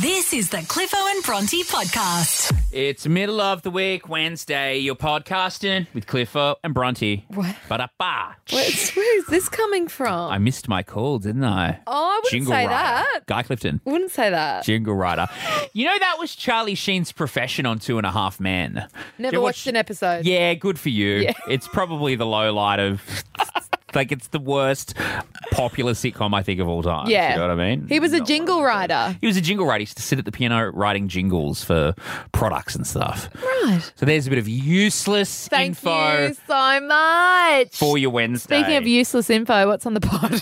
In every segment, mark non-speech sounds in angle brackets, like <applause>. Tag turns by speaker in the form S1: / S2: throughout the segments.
S1: This is the Cliffo and Bronte podcast.
S2: It's middle of the week, Wednesday. You're podcasting with Cliffo and Bronte.
S3: What?
S2: Ba-da-ba. <laughs>
S3: Where's, where's this coming from?
S2: I missed my call, didn't I?
S3: oh, I wouldn't
S2: Jingle
S3: say
S2: writer.
S3: that.
S2: Guy Clifton.
S3: Wouldn't say that.
S2: Jingle writer. You know, that was Charlie Sheen's profession on Two and a Half Men.
S3: Never
S2: Do you
S3: watched an episode.
S2: Yeah, good for you.
S3: Yeah.
S2: It's probably the low light of. <laughs> Like it's the worst popular sitcom I think of all time.
S3: Yeah.
S2: you know what I mean.
S3: He was a
S2: Not
S3: jingle
S2: one of those.
S3: writer.
S2: He was a jingle writer. He used to sit at the piano writing jingles for products and stuff.
S3: Right.
S2: So there's a bit of useless
S3: Thank
S2: info
S3: you so much.
S2: for your Wednesday.
S3: Speaking of useless info, what's on the pod?
S2: <laughs>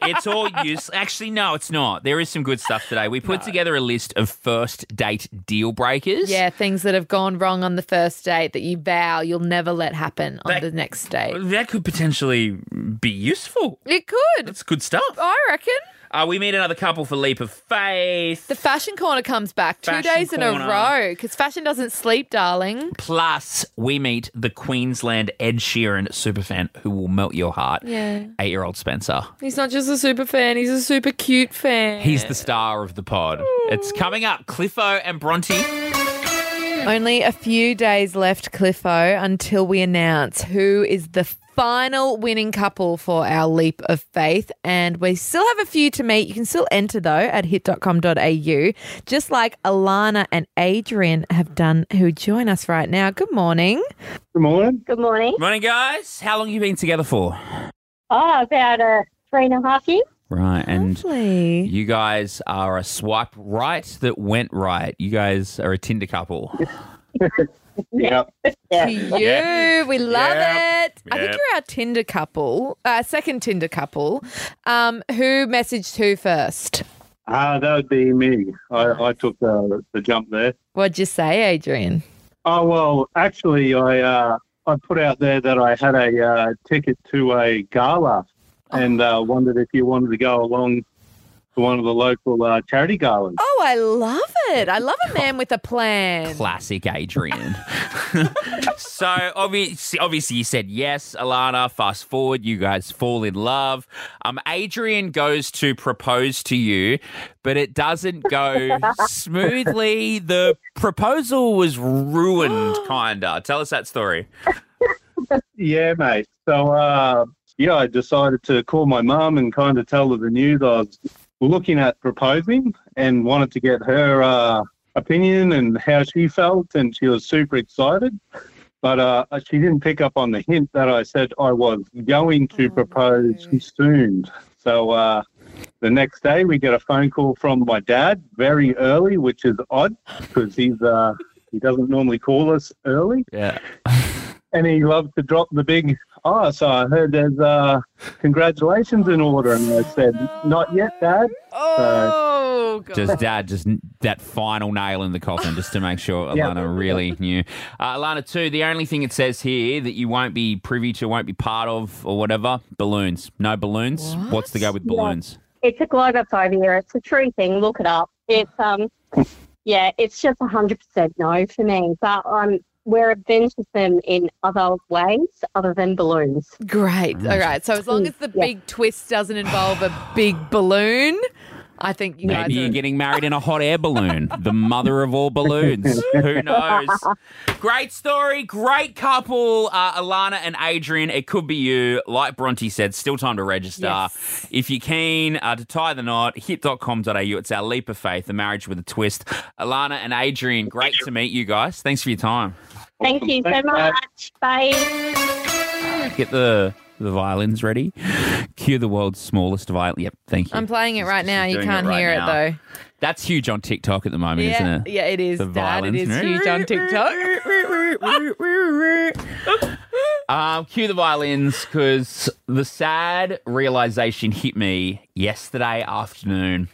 S2: it's all use. Actually, no, it's not. There is some good stuff today. We put together a list of first date deal breakers.
S3: yeah, things that have gone wrong on the first date that you vow you'll never let happen on
S2: That-
S3: the next date.
S2: That could potentially be useful.
S3: It could.
S2: It's good stuff.
S3: I reckon.
S2: Uh, we meet another couple for Leap of Faith.
S3: The fashion corner comes back two
S2: Fashion
S3: days in
S2: corner.
S3: a row because fashion doesn't sleep, darling.
S2: Plus, we meet the Queensland Ed Sheeran superfan who will melt your heart.
S3: Yeah.
S2: Eight year old Spencer.
S3: He's not just a super fan, he's a super cute fan.
S2: He's the star of the pod. It's coming up. Cliffo and Bronte.
S3: Only a few days left, Cliffo, until we announce who is the final winning couple for our leap of faith. And we still have a few to meet. You can still enter, though, at hit.com.au, just like Alana and Adrian have done, who join us right now. Good morning.
S4: Good morning.
S5: Good morning.
S2: Morning, guys. How long have you been together for?
S5: Oh, about uh, three and a half years.
S2: Right. And
S3: Lovely.
S2: you guys are a swipe right that went right. You guys are a Tinder couple.
S4: Yeah.
S5: Yeah.
S3: To you. We love
S2: Yep.
S3: it. I think
S2: Yep.
S3: you're our Tinder couple, uh, second Tinder couple. Um, who messaged who first?
S4: Ah, that would be me. I, I took the, the jump there.
S3: What'd you say, Adrian?
S4: Oh well, actually, I uh, I put out there that I had a uh, ticket to a gala, and uh, wondered if you wanted to go along to one of the local uh, charity galas.
S3: Oh, I love it. I love a man with a plan.
S2: Classic Adrian. <laughs> so obviously, obviously, you said yes, Alana. Fast forward, you guys fall in love. Um, Adrian goes to propose to you, but it doesn't
S5: <laughs>
S2: go smoothly. The proposal was ruined, kinda. Tell us that story.
S4: Yeah, mate. So uh, yeah, I decided to call my mum and kind of tell her the news. I was looking at proposing and wanted to get her uh, opinion and how she felt, and she was super excited. But uh, she didn't pick up on the hint that I said I was going to
S3: Oh,
S4: propose
S3: no.
S4: soon. So uh, the next day, we get a phone call from my dad very early, which is odd because he's uh, he doesn't normally call us early
S2: Yeah.
S4: and he loved to drop the big oh so i heard there's uh congratulations in order and i said not yet dad
S3: Oh, God.
S2: Just dad, just n- that final nail in the coffin, just to make sure
S3: <laughs>
S4: Yeah.
S2: Alana really knew. Uh, Alana, too, the only thing it says here that you won't be privy to, won't be part of, or whatever, balloons. No balloons.
S3: What?
S2: What's the go with
S5: Yeah.
S2: balloons?
S5: It took like five years. It's a true thing. Look it up. It's um, yeah, it's just hundred percent no for me. But um, we're adventuresome in other ways other than balloons.
S3: Great. All right. So, as long as the
S5: Yeah.
S3: big twist doesn't involve a big balloon, I think you guys
S2: Maybe
S3: are.
S2: you're getting married in a hot air balloon, the mother of all balloons.
S3: <laughs>
S2: Who knows? Great story, great couple, uh, Alana and Adrian. It could be you. Like Bronte said, still time to register.
S3: Yes.
S2: If you're keen uh, to tie the knot, hit.com.au. It's our leap of faith, the marriage with a twist. Alana and Adrian, great to meet you guys. Thanks for your time.
S5: Thank you so
S4: Thanks, Dad.
S5: much. Bye.
S2: Get the the violins ready. Cue the world's smallest violin. Yep, thank you.
S3: I'm playing it right now. You
S2: Doing it
S3: can't
S2: right
S3: hear
S2: now.
S3: it, though.
S2: That's huge on TikTok at the moment,
S3: yeah.
S2: isn't it?
S3: Yeah, it is,
S2: The
S3: Dad. It
S2: violins.
S3: is huge on TikTok.
S2: <laughs> Um, cue the violins because the sad realization hit me yesterday afternoon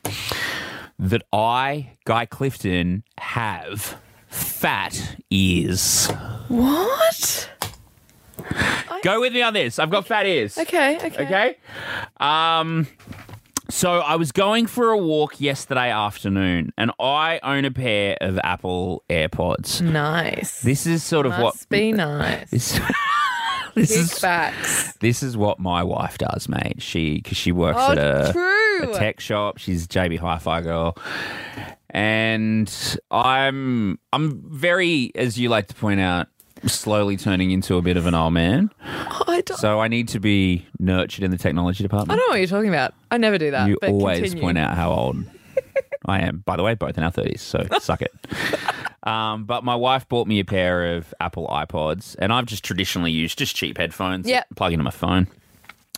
S2: that I, Guy Clifton, have fat ears.
S3: What?
S2: Go with me on this. I've got fat ears.
S3: Okay, okay.
S2: Okay. Um, so I was going for a walk yesterday afternoon, and I own a pair of Apple AirPods.
S3: Mm. Nice.
S2: This is sort of
S3: Must
S2: what
S3: be nice.
S2: this. <laughs> this
S3: Big
S2: is
S3: facts.
S2: This is what my wife does, mate. She because she works
S3: Oh,
S2: at a,
S3: true.
S2: a tech shop. She's a JB Hi-Fi girl, and I'm I'm very, as you like to point out, slowly turning into a bit of an old man.
S3: I don't,
S2: So I need to be nurtured in the technology department.
S3: I don't know what you're talking about. I never do that.
S2: You
S3: Uh, but
S2: always
S3: continue.
S2: point out how old I am. By the way, both in our thirties, so
S3: <laughs>
S2: suck it. Um, but my wife bought me a pair of Apple iPods, and I've just traditionally used just cheap headphones.
S3: Yep.
S2: plug into my phone,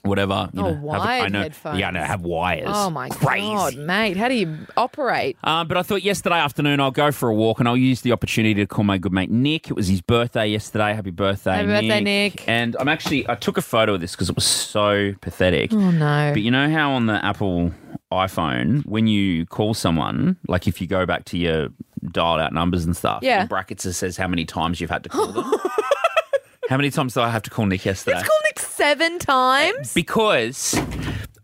S2: whatever. you
S3: Oh,
S2: know, have a- I
S3: wired
S2: know,
S3: headphones.
S2: Yeah, I know, have wires.
S3: Oh my
S2: Crazy.
S3: god, mate! How do you operate?
S2: Um, but I thought yesterday afternoon I'll go for a walk and I'll use the opportunity to call my good mate Nick. It was his birthday yesterday. Happy birthday,
S3: Happy
S2: Nick.
S3: birthday, Nick.
S2: And I'm actually, I took a photo of this because it was so pathetic.
S3: Oh no!
S2: But you know how on the Apple iPhone, when you call someone, like if you go back to your dialed out numbers and stuff,
S3: Yeah.
S2: in brackets it says how many times you've had to call them. <laughs> how many times did I have to call Nick yesterday?
S3: Called Nick seven times.
S2: because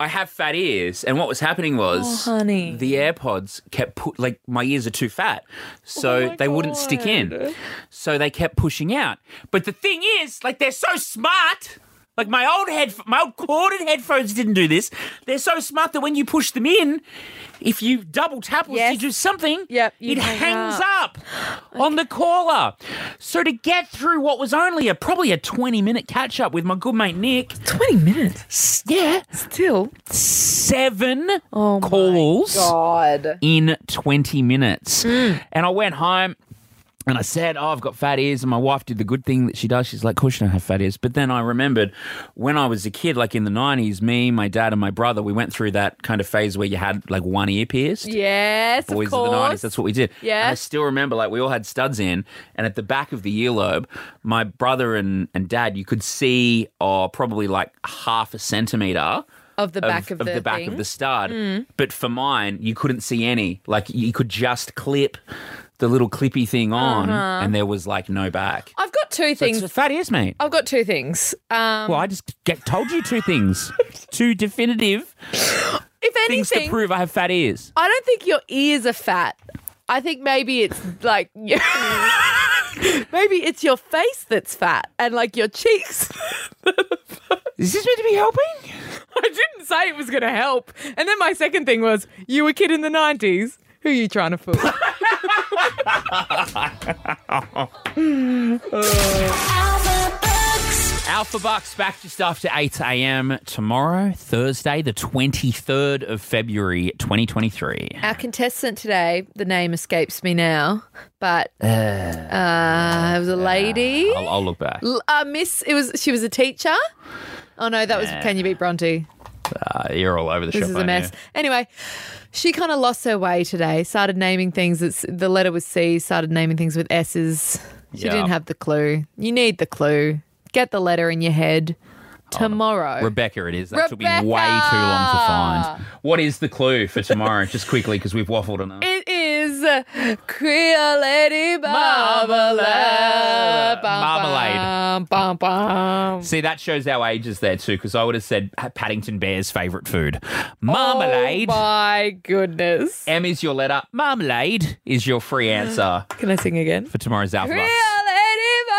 S2: I have fat ears, and what was happening was,
S3: Oh, honey.
S2: the AirPods kept put like my ears are too fat,
S3: Oh
S2: so they wouldn't stick in, so they kept pushing out. But the thing is, like they're so smart. Like my old head, my old corded headphones didn't do this. They're so smart that when you push them in, if you double tap or
S3: Yes.
S2: you do something,
S3: Yep, you
S2: it
S3: hang
S2: hangs up, on the caller. So to get through what was only a probably a twenty minute catch up with my good mate Nick,
S3: Twenty minutes
S2: s- yeah,
S3: still.
S2: seven
S3: Oh my
S2: calls
S3: God. Hmm.
S2: in 20 minutes. And I went home and I said, Oh, I've got fat ears. And my wife did the good thing that she does. She's like, Of course, you don't have fat ears. But then I remembered when I was a kid, like in the 90s, me, my dad, and my brother, we went through that kind of phase where you had like one ear pierced.
S3: Yes,
S2: Boys
S3: of
S2: of,
S3: course.
S2: the 90s, that's what we did.
S3: Yeah.
S2: And I still remember, like, we all had studs in, and at the back of the earlobe, my brother and, and dad, you could see, oh, probably like half a centimeter
S3: of the back of, the,
S2: back
S3: thing. Hmm.
S2: of the stud. But for mine, you couldn't see any. Like you could just clip the little clippy thing on,
S3: Uh-huh.
S2: and there was like no back.
S3: I've got two
S2: So it's
S3: things.
S2: fat ears, mate.
S3: I've got two things. Um,
S2: Well, I just get, told you two
S3: <laughs>
S2: things, two definitive
S3: if
S2: things to
S3: anything,
S2: prove I have fat
S3: <laughs>
S2: ears.
S3: I don't think your ears are fat. I think maybe it's like <laughs> maybe it's your face that's fat and like your cheeks. <laughs>
S2: Is this meant to be helping?
S3: I didn't say it was going to help. And then my second thing was, you were a kid in the 90s. Who are you trying to fool?
S2: Alpha Bucks back just after 8 a.m. tomorrow, Thursday, the 23rd of February, 2023.
S3: Our contestant today, the name escapes me now, but uh, it was a lady.
S2: I'll, I'll look back.
S3: L- Uh, miss, it was she was a teacher. Oh no, that was Can You Beat Bronte?
S2: Uh, you're all over the shop.
S3: This is a
S2: aren't you?
S3: mess. Anyway, she kind of lost her way today. Started naming things. It's the letter was C. Started naming things with S's. She
S2: Yeah.
S3: didn't have the clue. You need the clue. Get the letter in your head.
S2: Oh,
S3: Tomorrow.
S2: Rebecca, it is. That took me way
S3: Rebecca!
S2: too long to find. What is the clue for tomorrow? Just quickly, because we've waffled enough.
S3: It is Creole Lady Marmalade.
S2: Marmalade.
S3: Bum, bum, bum.
S2: See, that shows our ages there too, because I would have said Ha- Paddington Bear's favourite food, marmalade.
S3: Oh my goodness.
S2: M is your letter. Marmalade is your free answer
S3: Can I sing again?
S2: for tomorrow's Alpha
S3: Creole
S2: Bucks
S3: Lady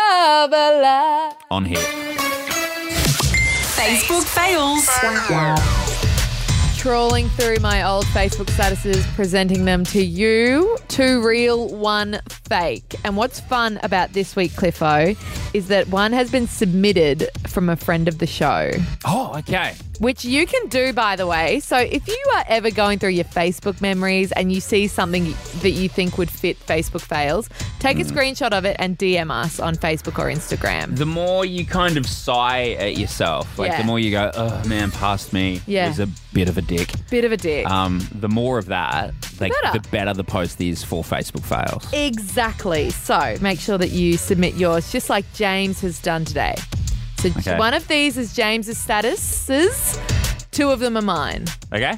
S3: Marmalade.
S2: on here.
S1: Facebook fails.
S3: Trawling through my old Facebook statuses, presenting them to you. Two real, one fake. And what's fun about this week, Cliffo, is that one has been submitted from a friend of the show.
S2: Oh, okay.
S3: which you can do by the way. So if you are ever going through your Facebook memories and you see something that you think would fit Facebook fails, take a
S2: Mm.
S3: screenshot of it and DM us on Facebook or Instagram.
S2: The more you kind of sigh at yourself, like
S3: Yeah.
S2: the more you go, oh man, past me
S3: Yeah.
S2: was a bit of a dick.
S3: Bit of a dick.
S2: Um, the more of that, like
S3: better.
S2: the better the post is for Facebook fails.
S3: exactly. So make sure that you submit yours just like James has done today. So
S2: Okay.
S3: one of these is James's statuses. Two of them are mine.
S2: Okay.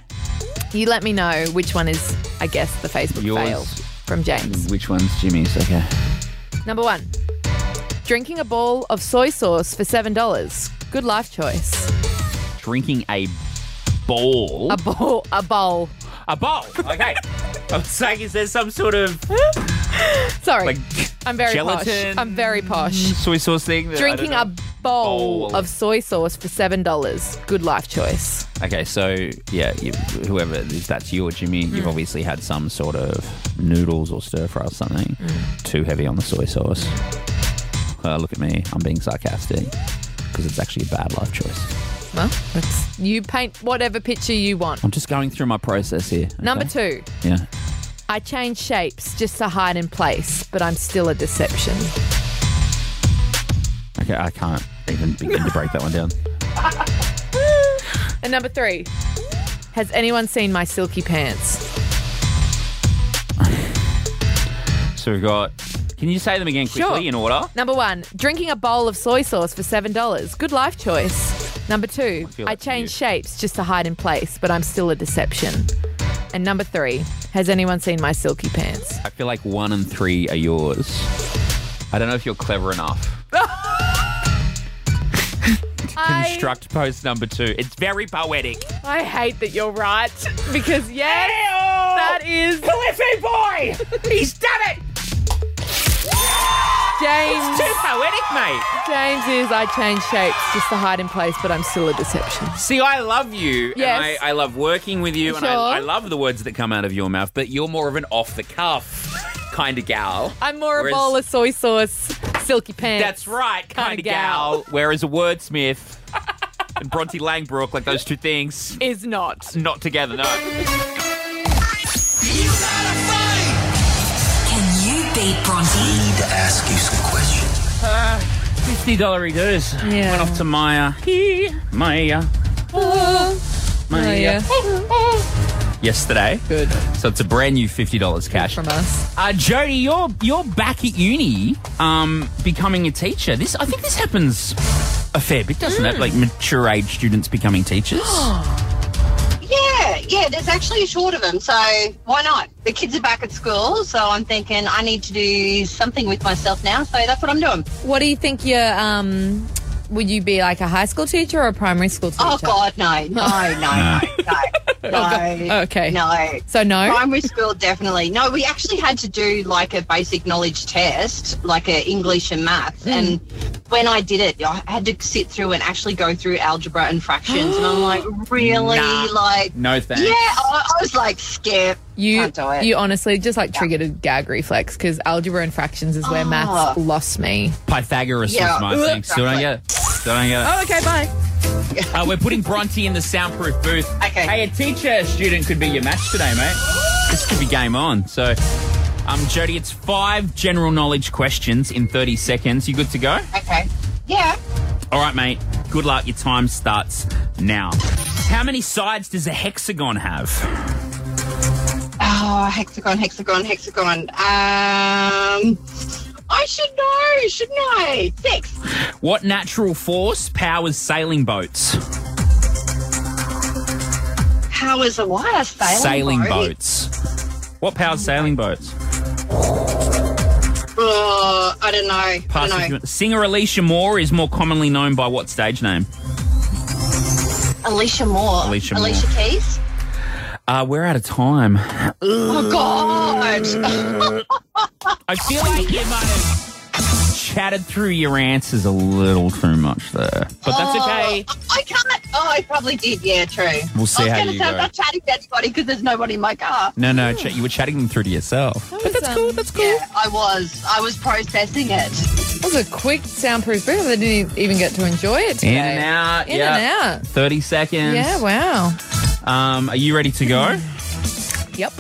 S3: You let me know which one is, I guess, the Facebook
S2: Yours-
S3: fail from James.
S2: Which one's Jimmy's? Okay.
S3: Number one, drinking a bowl of soy sauce for $7. Good life choice.
S2: Drinking a bowl.
S3: A bowl, a bowl.
S2: A bowl.
S3: <laughs>
S2: Okay. I'm saying, is there some sort of
S3: Sorry.
S2: like
S3: I'm very
S2: gelatin?
S3: posh. I'm very posh.
S2: soy sauce thing? that I
S3: Drinking
S2: don't
S3: a
S2: know?
S3: bowl
S2: Bowl.
S3: of soy sauce for $7. Good life choice.
S2: Okay, so yeah, you, whoever if that's you or Jimmy, you've
S3: Mm.
S2: obviously had some sort of noodles or stir fry or something.
S3: Mm.
S2: Too heavy on the soy sauce. Uh, look at me, I'm being sarcastic because it's actually a bad life choice.
S3: Well, that's, you paint whatever picture you want.
S2: I'm just going through my process here. okay?
S3: Number two,
S2: Yeah.
S3: I change shapes just to hide in place, but I'm still a deception.
S2: Okay, I can't even begin to break that one down.
S3: And number three, has anyone seen my silky pants?
S2: So we've got. Can you say them again quickly
S3: Sure.
S2: in order?
S3: Number one, drinking a bowl of soy sauce for $7. Good life choice. Number two,
S2: feel
S3: I,
S2: that's
S3: change
S2: you.
S3: shapes just to hide in place, but I'm still a deception. And number three, has anyone seen my silky pants?
S2: I feel like one and three are yours. I don't know if you're clever enough.
S3: I,
S2: Construct post number two. It's very poetic.
S3: I hate that you're right because, yes, that is
S2: Cliffy boy! <laughs> He's done it!
S3: James.
S2: Too poetic, mate.
S3: James is I change shapes just to hide in place, but I'm still a deception.
S2: See, I love you.
S3: Yes.
S2: And I, I love working with you. And
S3: Sure.
S2: I, I love the words that come out of your mouth, but you're more of an off the cuff kind of gal.
S3: I'm more
S2: Whereas-
S3: a bowl of soy sauce, silky pants.
S2: That's right, kind
S3: Kinda
S2: of gal. Whereas a wordsmith and Bronte Langbrook, like those two things,
S3: Is not.
S2: not together, no.
S1: Can you beat Bronte?
S6: need to ask you some questions.
S2: $50 reduce.
S3: Yeah.
S2: Went off to Maya. Maya.
S3: Oh, yeah.
S2: Yesterday.
S3: Good
S2: So it's a brand new $50 cash.
S3: from us.
S2: Uh, Jody, you're you're back at uni, um, becoming a teacher. This I think this happens a fair bit, doesn't
S3: Mm.
S2: it? Like mature age students becoming
S3: <gasps>
S2: teachers.
S7: Yeah, yeah, there's actually a short of them, so why not? The kids are back at school, so I'm thinking I need to do something with myself now, so that's what I'm doing.
S3: What do you think your um would you be like a high school teacher or a primary school teacher?
S7: Oh, God, no, no, no, no, no, no.
S3: Okay.
S7: No.
S3: So no.
S7: Primary school, definitely. No, we actually had to do like a basic knowledge test, like a English and maths. And when I did it, I had to sit through and actually go through algebra and fractions. and I'm like, really?
S2: Nah.
S7: Like,
S2: No thanks.
S7: yeah, I, I was like, skip.
S3: you
S7: Can't do it.
S3: you honestly just like triggered a gag reflex because algebra and fractions is where maths
S7: Oh.
S3: lost me.
S2: Pythagoras
S7: Yeah.
S2: was my thing. Still don't get it. Still don't get it.
S3: <laughs> Oh, okay, bye.
S2: Uh, we're putting Bronte in the soundproof booth.
S7: Okay.
S2: Hey, a teacher student could be your match today, mate. This could be game on. So, um, Jody, it's five general knowledge questions in 30 seconds. You good to go?
S7: Okay. Yeah.
S2: All right, mate. Good luck. Your time starts now. How many sides does a hexagon have?
S7: Oh, hexagon, hexagon, hexagon. Um, I should know, shouldn't I? Six.
S2: What natural force powers sailing boats?
S7: How is it? Why a sailing, boat?
S2: boats. What powers sailing boats?
S7: Oh, I don't know.
S2: Pass
S7: I
S2: if you
S7: don't know.
S2: want- Singer Alicia Moore is more commonly known by what stage name?
S7: Alicia Moore.
S2: Alicia
S7: Alicia
S2: Moore.
S7: Keys.
S2: Uh, we're out of time.
S7: Oh
S2: Mm,
S7: God.
S2: I feel like you might have chatted through your answers a little too much there. But that's okay.
S7: Oh, I can't. Oh, I probably did. Yeah, true.
S2: We'll see
S7: I was
S2: how
S7: gonna
S2: you
S7: say
S2: go.
S7: I'm not chatting to anybody because there's nobody in my car.
S2: No, no, ch- you were chatting them through to yourself.
S3: But that's cool. That's cool.
S7: Yeah, I was. I was processing it.
S3: That was a quick soundproof booth. I didn't e-, even get to enjoy it today.
S2: In and out.
S3: In
S2: yeah.
S3: and out.
S2: 30 seconds.
S3: Yeah, wow.
S2: Um, are you ready to
S3: <laughs>
S2: go?
S7: <sighs>
S3: Yep.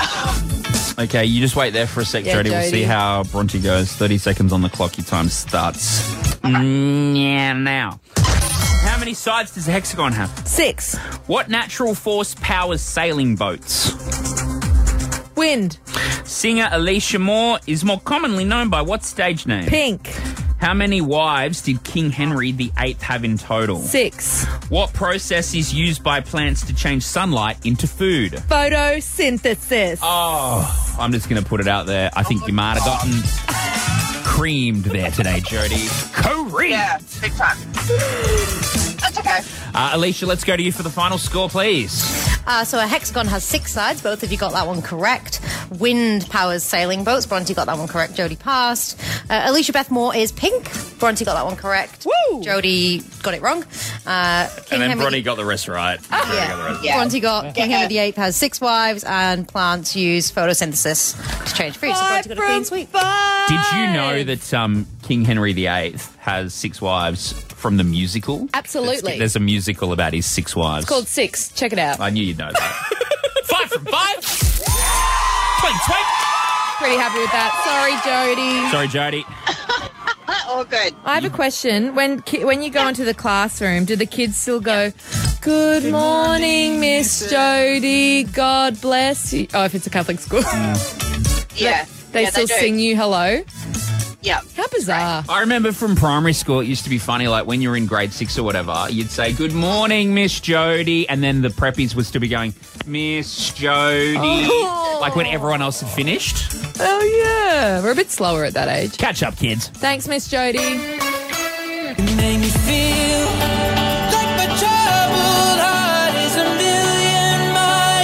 S2: Okay, you just wait there for a sec,
S3: Yeah,
S2: Jody. We'll
S3: Jody.
S2: see how Bronte goes. 30 seconds on the clock. Your time starts. Yeah, now. How many sides does a hexagon have?
S3: Six.
S2: What natural force powers sailing boats?
S3: Wind.
S2: Singer Alicia Moore is more commonly known by what stage name?
S3: Pink.
S2: How many wives did King Henry VIII have in total?
S3: Six.
S2: What process is used by plants to change sunlight into food?
S3: Photosynthesis.
S2: Oh, I'm just going to put it out there. I think you might have gotten creamed there today, Jody. Creamed.
S7: Yeah, big time. That's okay.
S2: Uh, Alicia, let's go to you for the final score, please.
S8: Uh, so a hexagon has six sides. Both of you got that one correct. Wind powers sailing boats. Bronte got that one correct. Jody passed. Uh, Alicia Beth Moore is pink. Bronte got that one correct.
S3: Woo!
S8: Jody got it wrong. Uh, King
S2: and then
S8: Henry-
S2: Bronny got the rest right. Bronny got the rest right.
S7: Oh, Yeah.
S8: Bronte got King Henry VIII has six wives, and plants use photosynthesis to change food. So
S3: Five
S8: Bronte got a
S3: from
S8: clean sweep.
S3: five.
S2: Did you know that um, King Henry VIII has six wives from the musical?
S3: Absolutely.
S2: There's a musical about his six wives.
S3: Called six. Check it out.
S2: I knew you'd know
S3: <laughs>
S2: that. five from five. Twink, twink.
S3: Pretty happy with that. Sorry, Jody.
S2: Sorry, Jody.
S7: Oh, good.
S3: I have a question. When ki- when you go into the classroom, do the kids still go, "Good morning, Miss Jody. God bless you." Oh, if it's a Catholic school,
S7: Yeah.
S3: <laughs> they
S7: Yeah,
S3: still
S7: do.
S3: sing you hello.
S7: Yeah.
S3: How bizarre!
S2: I remember from primary school, it used to be funny. Like when you were in grade six or whatever, you'd say, Good morning, Miss Jody. And then the preppies would still be going, Miss Jody. Like when everyone else had finished.
S3: Oh yeah, we're a bit slower at that age.
S2: Catch up, kids.
S3: Thanks, Miss Jody.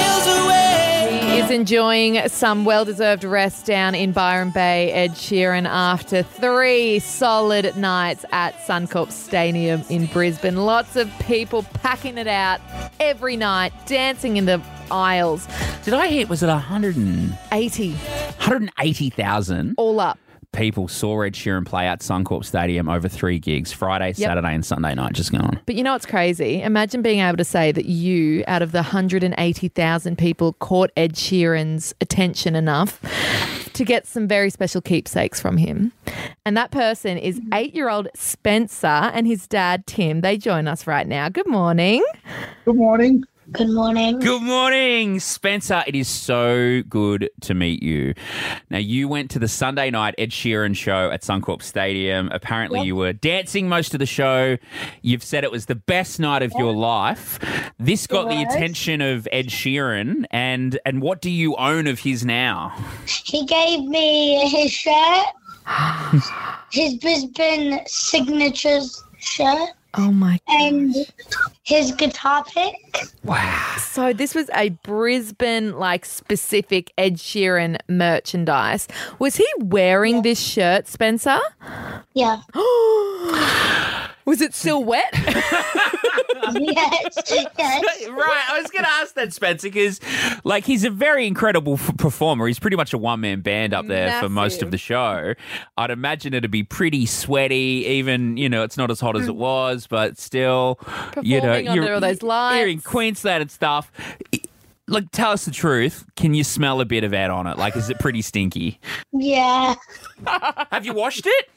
S3: He Is enjoying some well deserved rest down in Byron Bay, Ed Sheeran, after three solid nights at Suncorp Stadium in Brisbane. Lots of people packing it out every night, dancing in the aisles.
S2: Did I hit, was it 100 and,
S3: 80
S2: 180,000
S3: all up.
S2: people saw Ed Sheeran play at Suncorp Stadium over three gigs Friday, Saturday, and Sunday night? Just going.
S3: But you know what's crazy? Imagine being able to say that you, out of the 180,000 people, caught Ed Sheeran's attention enough to get some very special keepsakes from him. And that person is eight year old Spencer and his dad, Tim. They join us right now. Good morning.
S4: Good morning.
S9: Good morning.
S2: Good morning, Spencer. It is so good to meet you. Now, you went to the Sunday night Ed Sheeran show at Suncorp Stadium. Apparently, you were dancing most of the show. You've said it was the best night of your life. This got the attention of Ed Sheeran, and and what do you own of his now?
S9: He gave me
S10: <gasps>
S9: his shirt, his Brisbane signatures shirt,
S3: Oh my.
S9: and his guitar pick.
S3: <gasps> So, this was a Brisbane like specific Ed Sheeran merchandise. Was he wearing this shirt, Spencer? <gasps>
S10: <laughs>
S9: Yeah. <laughs>
S3: Was it still wet?
S9: yes. Yes.
S2: right. I was going to ask that, Spencer, because like he's a very incredible f- performer. He's pretty much a one man band up there for most of
S3: Massive.
S2: the show. I'd imagine it'd be pretty sweaty. Even you know, it's not as hot
S3: <laughs>
S2: as it was, but still, you know,
S3: Performing under all those
S2: You're e-, in
S3: lights.
S2: Queensland and stuff. E, Like, tell us the truth. Can you smell a bit of that on it? Like, is it pretty stinky?
S9: Yeah.
S2: Have you washed it?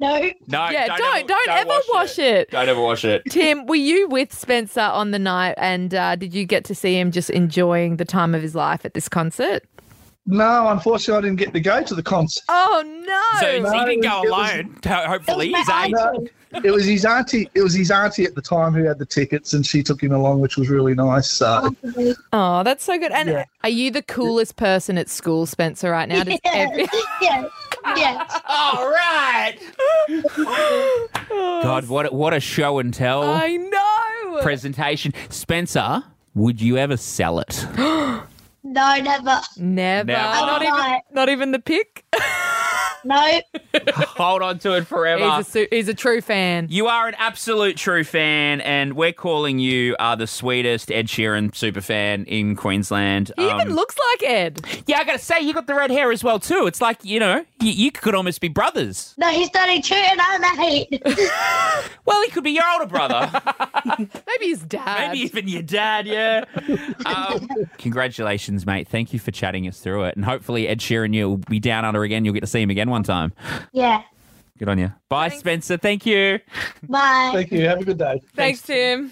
S9: No.
S2: No.
S3: yeah, don't don't, ever wash it.
S2: Don't ever wash it.
S3: Tim, were you with Spencer on the night, and uh, did you get to see him just enjoying the time of his life at this concert?
S11: No, unfortunately, I didn't get to go to the concert.
S3: Oh
S2: So
S3: no!
S2: he didn't go
S11: it was-
S2: alone. Hopefully, he's eight.
S11: No, it was his auntie. It was his auntie at the time who had the tickets, and she took him along, which was really nice. So
S3: oh, that's so good. And
S11: Yeah.
S3: are you the coolest person at school, Spencer? Right now, Does every-
S9: <laughs> Yes. Yes. Yes.
S2: All right. <laughs> God, what a, what a show and tell
S3: <laughs> I know.
S2: presentation, Spencer. Would you ever sell it?
S9: No.
S10: <laughs>
S9: Never.
S3: Never.
S2: Never.
S3: Not even.
S9: Right.
S3: Not even the pick.
S9: No.
S2: <laughs> Hold on to it
S3: He's a,
S2: forever.
S3: su- he's a true fan.
S2: You are an absolute true fan, and we're calling you uh, the sweetest Ed Sheeran super fan in Queensland.
S3: He even
S2: Um,
S3: looks like Ed.
S2: yeah, I gotta say, you got the red hair as well too. It's like you know, you, you could almost be brothers.
S9: No. He's thirty two, and
S10: <laughs>
S9: I'm eight.
S2: Well, he could be your older brother. <laughs>
S3: Maybe his dad.
S2: Maybe even your dad, yeah. Um, congratulations, mate. Thank you for chatting us through it. And hopefully, Ed Sheeran, you'll be down under again. You'll get to see him again one time.
S9: Yeah.
S2: Good on you. Bye, Spencer. Thank you.
S9: Bye.
S11: <laughs> thank you. Have a good day.
S3: Thanks, Tim.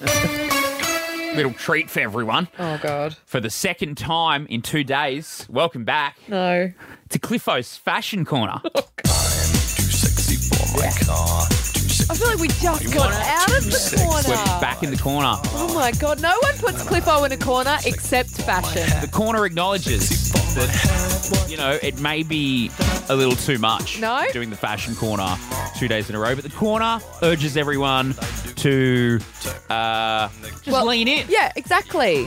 S2: Little treat for everyone.
S3: Oh God.
S2: For the second time in two days, welcome back
S3: No.
S2: to Cliffo's Fashion Corner.
S6: Too sexy for my car. Too
S3: I
S6: sexy.
S3: feel like we just got out of the
S2: We're
S3: corner.
S2: back in the corner.
S3: Oh my god, no one puts Clippo in a corner except fashion.
S2: The corner acknowledges that, you know, it may be a little too much
S3: No.
S2: doing the fashion corner two days in a row, but the corner urges everyone to uh, just lean in.
S3: Yeah, exactly.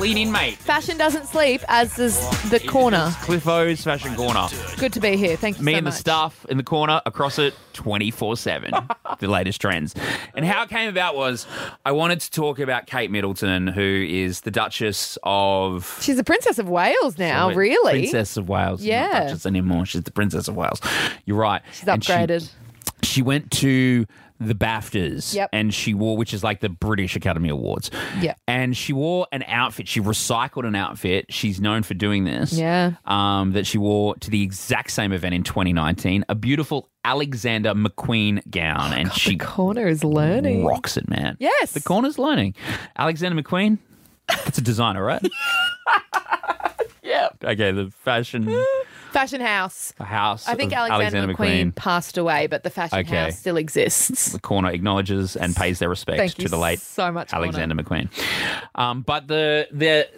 S2: Lean in, mate.
S3: Fashion doesn't sleep, as does the corner.
S2: Cliff O's Fashion Corner.
S3: Good to be here. Thank you
S2: Me
S3: so
S2: and the
S3: much.
S2: staff in the corner across it 24
S3: <laughs>
S2: 7. The latest trends. And how it came about was I wanted to talk about Kate Middleton, who is the Duchess of.
S3: She's the Princess of Wales now,
S2: Wait,
S3: Oh, really.
S2: Oh, Princess of Wales. not
S3: Yeah.
S2: Duchess anymore. She's the Princess of Wales. You're right.
S3: She's
S2: And she-
S3: upgraded.
S2: She, went to the BAFTAs
S3: Yep.
S2: and she wore, which is like the British Academy Awards.
S3: Yeah.
S2: And she wore an outfit. She recycled an outfit. She's known for doing this.
S3: Yeah.
S2: Um, that she wore to the exact same event in 2019, a beautiful Alexander McQueen gown.
S3: Oh,
S2: and she
S3: corner is learning.
S2: rocks it, man.
S3: Yes.
S2: The corner's learning. Alexander McQueen, that's a designer,
S3: <laughs>
S2: right?
S3: Yeah.
S2: okay, the fashion
S3: Fashion House.
S2: house.
S3: I think
S2: of
S3: Alexander, McQueen,
S2: McQueen.
S3: passed away, but the Fashion
S2: Okay.
S3: House still exists.
S2: The corner acknowledges and pays their respects
S3: Thank
S2: to
S3: you
S2: the late
S3: so much,
S2: Alexander McQueen. Um, but the the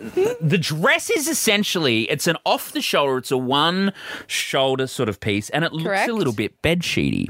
S2: the dress is essentially it's an off the shoulder, it's a one shoulder sort of piece, and it looks
S3: Correct.
S2: a little bit bed sheety.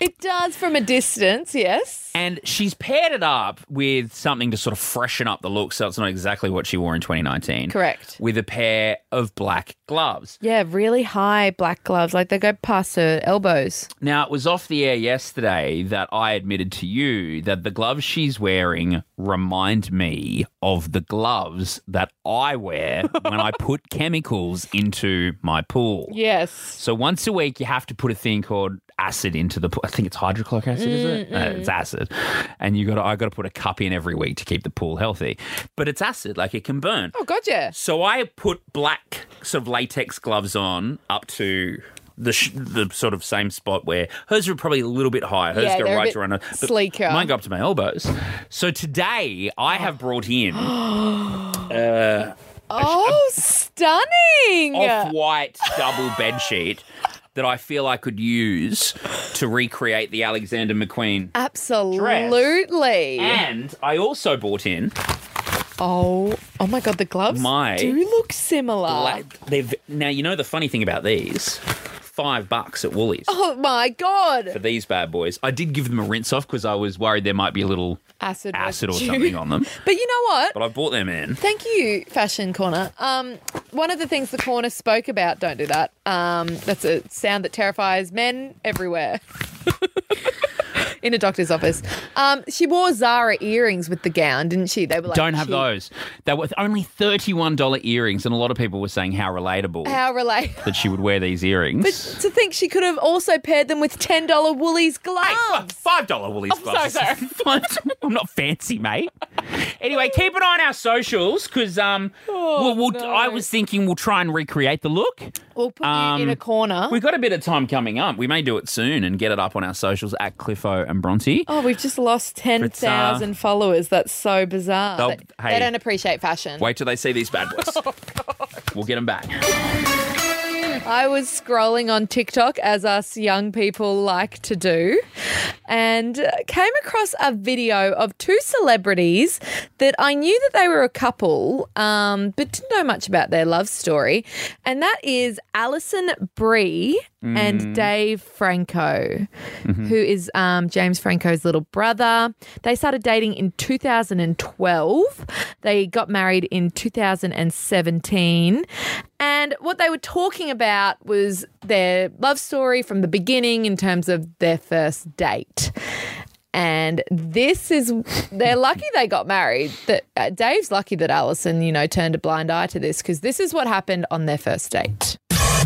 S3: It does from a distance, yes.
S2: And she's paired it up with something to sort of freshen up the look, so it's not exactly what she wore in 2019.
S3: Correct.
S2: With a pair of black gloves.
S3: Yeah, really high black gloves. Like they go past her elbows.
S2: Now, it was off the air yesterday that I admitted to you that the gloves she's wearing remind me of the gloves that I wear when I put chemicals into my pool.
S3: Yes.
S2: So once a week, you have to put a thing called acid into the pool. I think it's hydrochloric acid, is it? No, it's acid, and you got to I got to put a cup in every week to keep the pool healthy. But it's acid, like it can burn.
S3: Oh, God, yeah.
S2: So I put black sort of latex gloves on up to the sh- the sort of same spot where hers were probably a little bit higher. Hers
S3: Yeah,
S2: go
S3: they're a
S2: right
S3: bit
S2: to around her- but
S3: sleeker.
S2: Mine go up to my elbows. So today I have brought in <gasps> uh,
S3: Oh, stunning.
S2: off white double bed sheet that I feel I could use to recreate the Alexander McQueen.
S3: Absolutely.
S2: And I also bought in
S3: Oh, oh my God, the gloves
S2: My-
S3: do look similar.
S2: like they've now you know the funny thing about these five bucks at Woolies.
S3: Oh my
S2: for
S3: God.
S2: these bad boys. I did give them a rinse off because I was worried there might be a little
S3: Acid,
S2: acid or
S3: residue.
S2: something on them.
S3: <laughs> But you know what?
S2: But I bought them in.
S3: Thank you, Fashion Corner. Um, one of the things the corner spoke about, don't do that. Um, that's a sound that terrifies men
S2: <laughs>
S3: everywhere. In a doctor's office. Um, she wore Zara earrings with the gown, didn't she? They were like
S2: Don't have
S3: cheap.
S2: those. They were only thirty-one dollar earrings, and a lot of people were saying how relatable
S3: How <laughs> relate
S2: that she would wear these earrings.
S3: to think she could have also paired them with ten dollar Woolies
S2: Hey, Ah, fuck,
S3: gloves.
S2: five dollar Woolies
S3: I'm
S2: glasses. <laughs>
S3: so
S2: I'm not fancy, mate. Anyway, keep an eye on our socials because um, we'll, we'll,
S3: Oh, no.
S2: I was thinking we'll try and recreate the look.
S3: We'll put you in
S2: Um,
S3: a corner.
S2: We've got a bit of time coming up. We may do it soon and get it up on our socials at Cliffo and Bronte.
S3: oh, we've just lost ten thousand followers. That's so bizarre.
S2: uh, They'll-
S3: They, they
S2: hey.
S3: don't appreciate fashion.
S2: Wait till they see these bad <laughs> boys. we'll get them back.
S3: I was scrolling on TikTok, as us young people like to do, and uh, came across a video of two celebrities that I knew that they were a couple, um, but didn't know much about their love story. And that is Alison Brie and Dave Franco, who is um, James Franco's little brother. They started dating in 2012. They got married in 2017. And what they were talking about was their love story from the beginning in terms of their first date. And this is, they're lucky they got married. That uh, Dave's lucky that Alison, you know, turned a blind eye to this because this is what happened on their first date.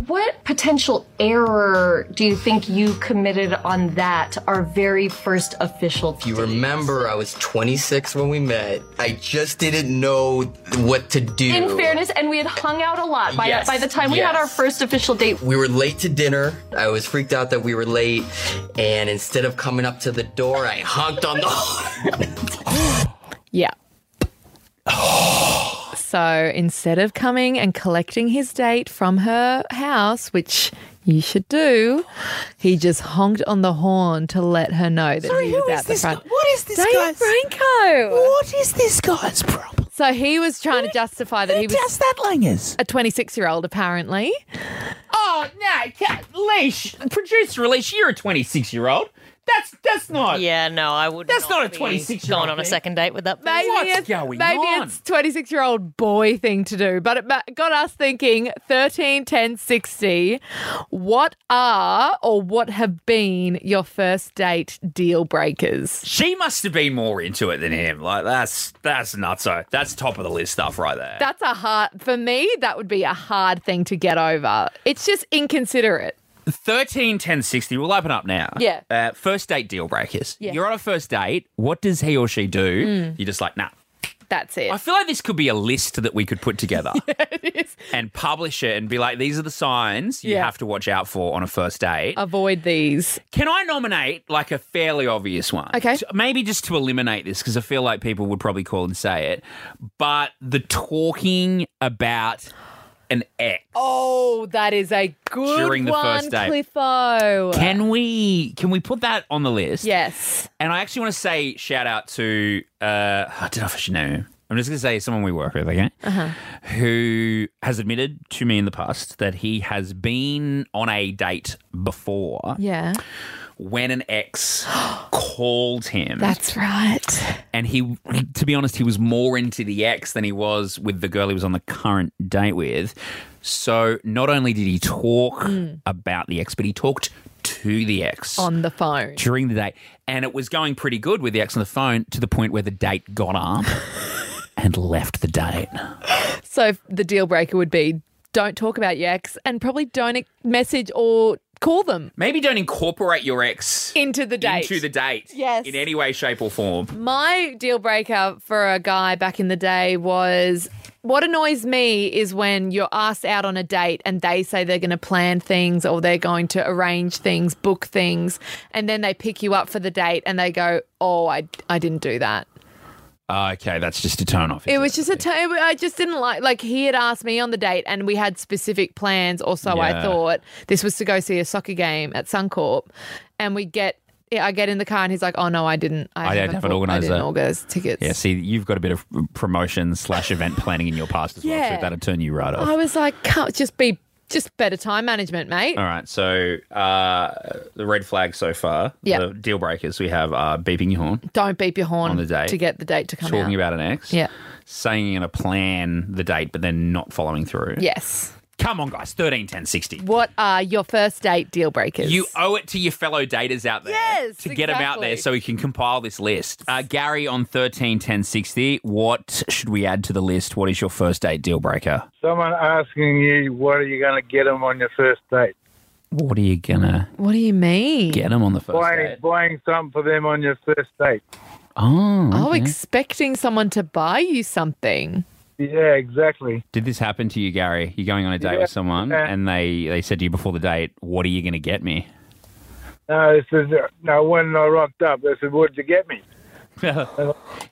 S10: What potential error do you think you committed on that, our very first official?
S12: You remember I was 26 when we met. I just didn't know what to do.
S10: In fairness, and we had hung out a lot. Uh, By,
S12: Yes,
S10: by the time we had our
S12: yes.
S10: first official date,
S12: We were late to dinner. I was freaked out that we were late, and instead of coming up to the door, I honked on
S10: <laughs>
S12: the. <laughs>
S3: Yeah. so instead of coming and collecting his date from her house, which you should do, he just honked on the horn to let her know that he was out the front.
S1: What is this
S3: Dave Franco.
S1: What is this guy's problem?
S3: So he was trying to justify that he was just
S2: that langers.
S3: A 26 year old, apparently.
S2: Oh no, ca- leash producer leash. You're a 26 year old. That's that's not.
S13: Yeah, no, I would.
S2: That's not a
S13: be
S2: 26 year old
S13: Going on a second date with that.
S3: Maybe it's, maybe it's 26 year old boy thing to do, but it ma- got us thinking 13, 10, 60. What are or what have been your first date deal breakers?
S2: She must have been more into it than him. Like that's that's nutso. That's top of the list stuff right there.
S3: That's a hard, for me, that would be a hard thing to get over. It's just inconsiderate.
S2: Thirteen ten sixty. We'll open up now.
S3: Yeah.
S2: Uh, first date deal breakers.
S3: Yeah.
S2: You're on a first date. What does he or she do?
S3: Mm.
S2: You're just like, nah.
S3: That's it.
S2: I feel like this could be a list that we could put
S3: <laughs>
S2: together
S3: it is.
S2: and publish it and be like, these are the signs you
S3: Yeah.
S2: have to watch out for on a first date.
S3: Avoid these.
S2: Can I nominate like a fairly obvious one?
S3: Okay.
S2: So maybe just to eliminate this because I feel like people would probably call and say it, but the talking about an ex.
S3: Oh, that is a good
S2: During the
S3: one,
S2: first date.
S3: Cliffo.
S2: Can we can we put that on the list?
S3: Yes.
S2: And I actually want to say shout out to uh, I don't know if I should name him. I'm just going to say someone we work with, okay?
S3: Uh-huh.
S2: Who has admitted to me in the past that he has been on a date before
S3: Yeah.
S2: when an
S3: <gasps>
S2: ex called him.
S3: That's right.
S2: and he, to be honest, he was more into the ex than he was with the girl he was on the current date with. So not only did he talk about the ex, but he talked to the ex
S3: On the phone.
S2: during the date. And it was going pretty good with the ex on the phone to the point where the date got <laughs> up and left the date.
S3: So f- the deal breaker would be don't talk about your ex and probably don't e- message or call them
S2: Maybe don't incorporate your ex
S3: into the date.
S2: into the date
S3: Yes.
S2: in any way, shape, or form.
S3: My deal breaker for a guy back in the day was what annoys me is when you're asked out on a date and they say they're going to plan things or they're going to arrange things, book things, and then they pick you up for the date and they go, "Oh, I I didn't do that."
S2: Okay, that's just a turn off.
S3: It was just a t- I just didn't like like he had asked me on the date and we had specific plans or so I
S2: Yeah.
S3: thought. This was to go see a soccer game at Suncorp and we get I get in the car and he's like, "Oh no, I didn't.
S2: I,
S3: haven't
S2: don't have an
S3: booked- I
S2: organizer.
S3: didn't organise tickets.
S2: Yeah, see, you've got a bit of promotion slash event planning in your past as well,
S3: Yeah.
S2: so that'll turn you right off.
S3: I was like, can't just be just better time management, mate.
S2: All right, so uh, the red flag so far,
S3: Yeah.
S2: the deal breakers we have are beeping your horn,
S3: Don't beep your horn
S2: On the date.
S3: to get the date to come
S2: talking
S3: out.
S2: about an ex,
S3: Yeah.
S2: saying you're going to plan the date but then not following through.
S3: Yes.
S2: Come on, guys, 13, 10, 60.
S3: What are your first date deal breakers?
S2: You owe it to your fellow daters out there
S3: Yes,
S2: to get them out there
S3: exactly.
S2: so we can compile this list. Uh, Gary on 13, 10, 60, what should we add to the list? What is your first date deal breaker?
S14: Someone asking you what are you going to get them on your first date?
S2: What are you going to
S3: What do you mean?
S2: get them on the first
S14: buying buying something for them on your first date.
S2: Oh,
S3: Oh,
S2: okay.
S3: expecting someone to buy you something.
S14: Yeah, exactly.
S2: Did this happen to you, Gary? You're going on a date with someone, and they they said to you before the date, "What are you going to get me?"
S14: No, this is no. When I rocked up, they said, "What'd you get me?"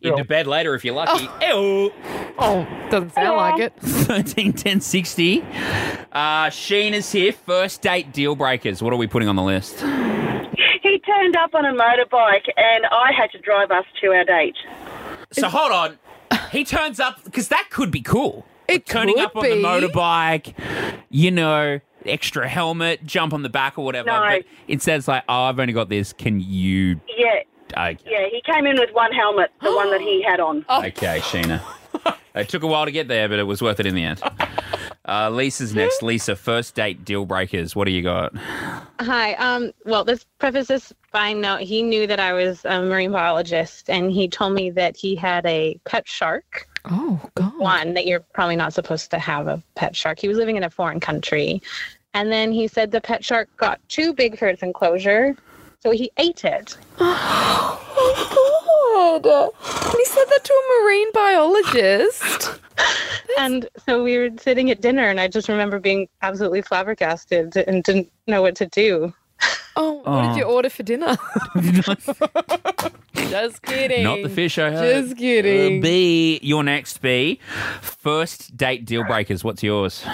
S2: Into bed later if you're lucky.
S3: Oh, doesn't sound like it.
S2: 13, 10, 60. Uh, Sheen is here. First date deal breakers. What are we putting on the list?
S15: He turned up on a motorbike and I had to drive us to our date.
S2: So hold on. He turns up because that could be cool. It turning
S15: could
S2: up on the
S15: be.
S2: motorbike, you know, extra helmet, jump on the back or whatever.
S15: No.
S2: But it says like, "Oh, I've only got this. Can you?"
S15: Yeah,
S2: I
S15: yeah, he came in with one helmet, the one that he had on.
S2: Okay, Sheena. it took a while to get there, but it was worth it in the
S3: <laughs>
S2: end. Uh, Lisa's next. Lisa, first date deal breakers. What do you got?
S16: Hi. Um, well, this preface this by no, he knew that I was a marine biologist, and he told me that he had a pet shark.
S3: Oh God! <gasps>
S16: One that you're probably not supposed to have a pet shark. He was living in a foreign country, and then he said the pet shark got too big for its enclosure, so he ate it.
S3: Oh, God. And he said that to a marine biologist.
S16: and so we were sitting at dinner, and I just remember being absolutely flabbergasted and didn't know what to do.
S3: <gasps> Oh, what did you order
S2: <laughs>
S3: for dinner? Just kidding.
S2: Not the fish I had.
S3: Just kidding.
S2: Uh, B, your next B. First date deal breakers. What's yours?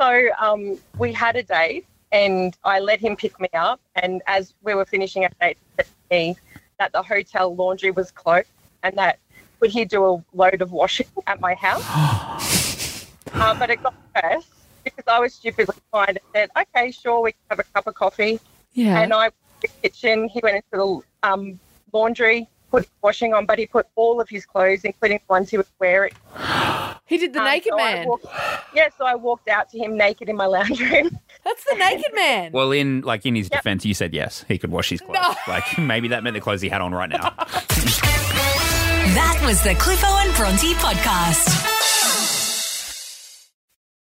S17: So um, we had a date, and I let him pick me up. And as we were finishing our date, he said to me that the hotel laundry was closed and that
S9: would he do a load of washing at my house? um, but it got worse because I was stupidly kind and said, okay, sure, we can have a cup of coffee.
S10: Uh-huh.
S3: Yeah.
S9: And I went to the kitchen. He went into the um, laundry, put washing on, but he put all of his clothes, including the ones he was wearing. Um,
S3: He did the naked man.
S9: yeah, so I walked out to him naked in my lounge room.
S3: That's the naked man.
S2: Well, in like in his
S9: Yep.
S2: defense, you said yes, he could wash his clothes. Like <laughs> maybe that meant the clothes he had on right now.
S1: That was the Cliffo and Bronte podcast.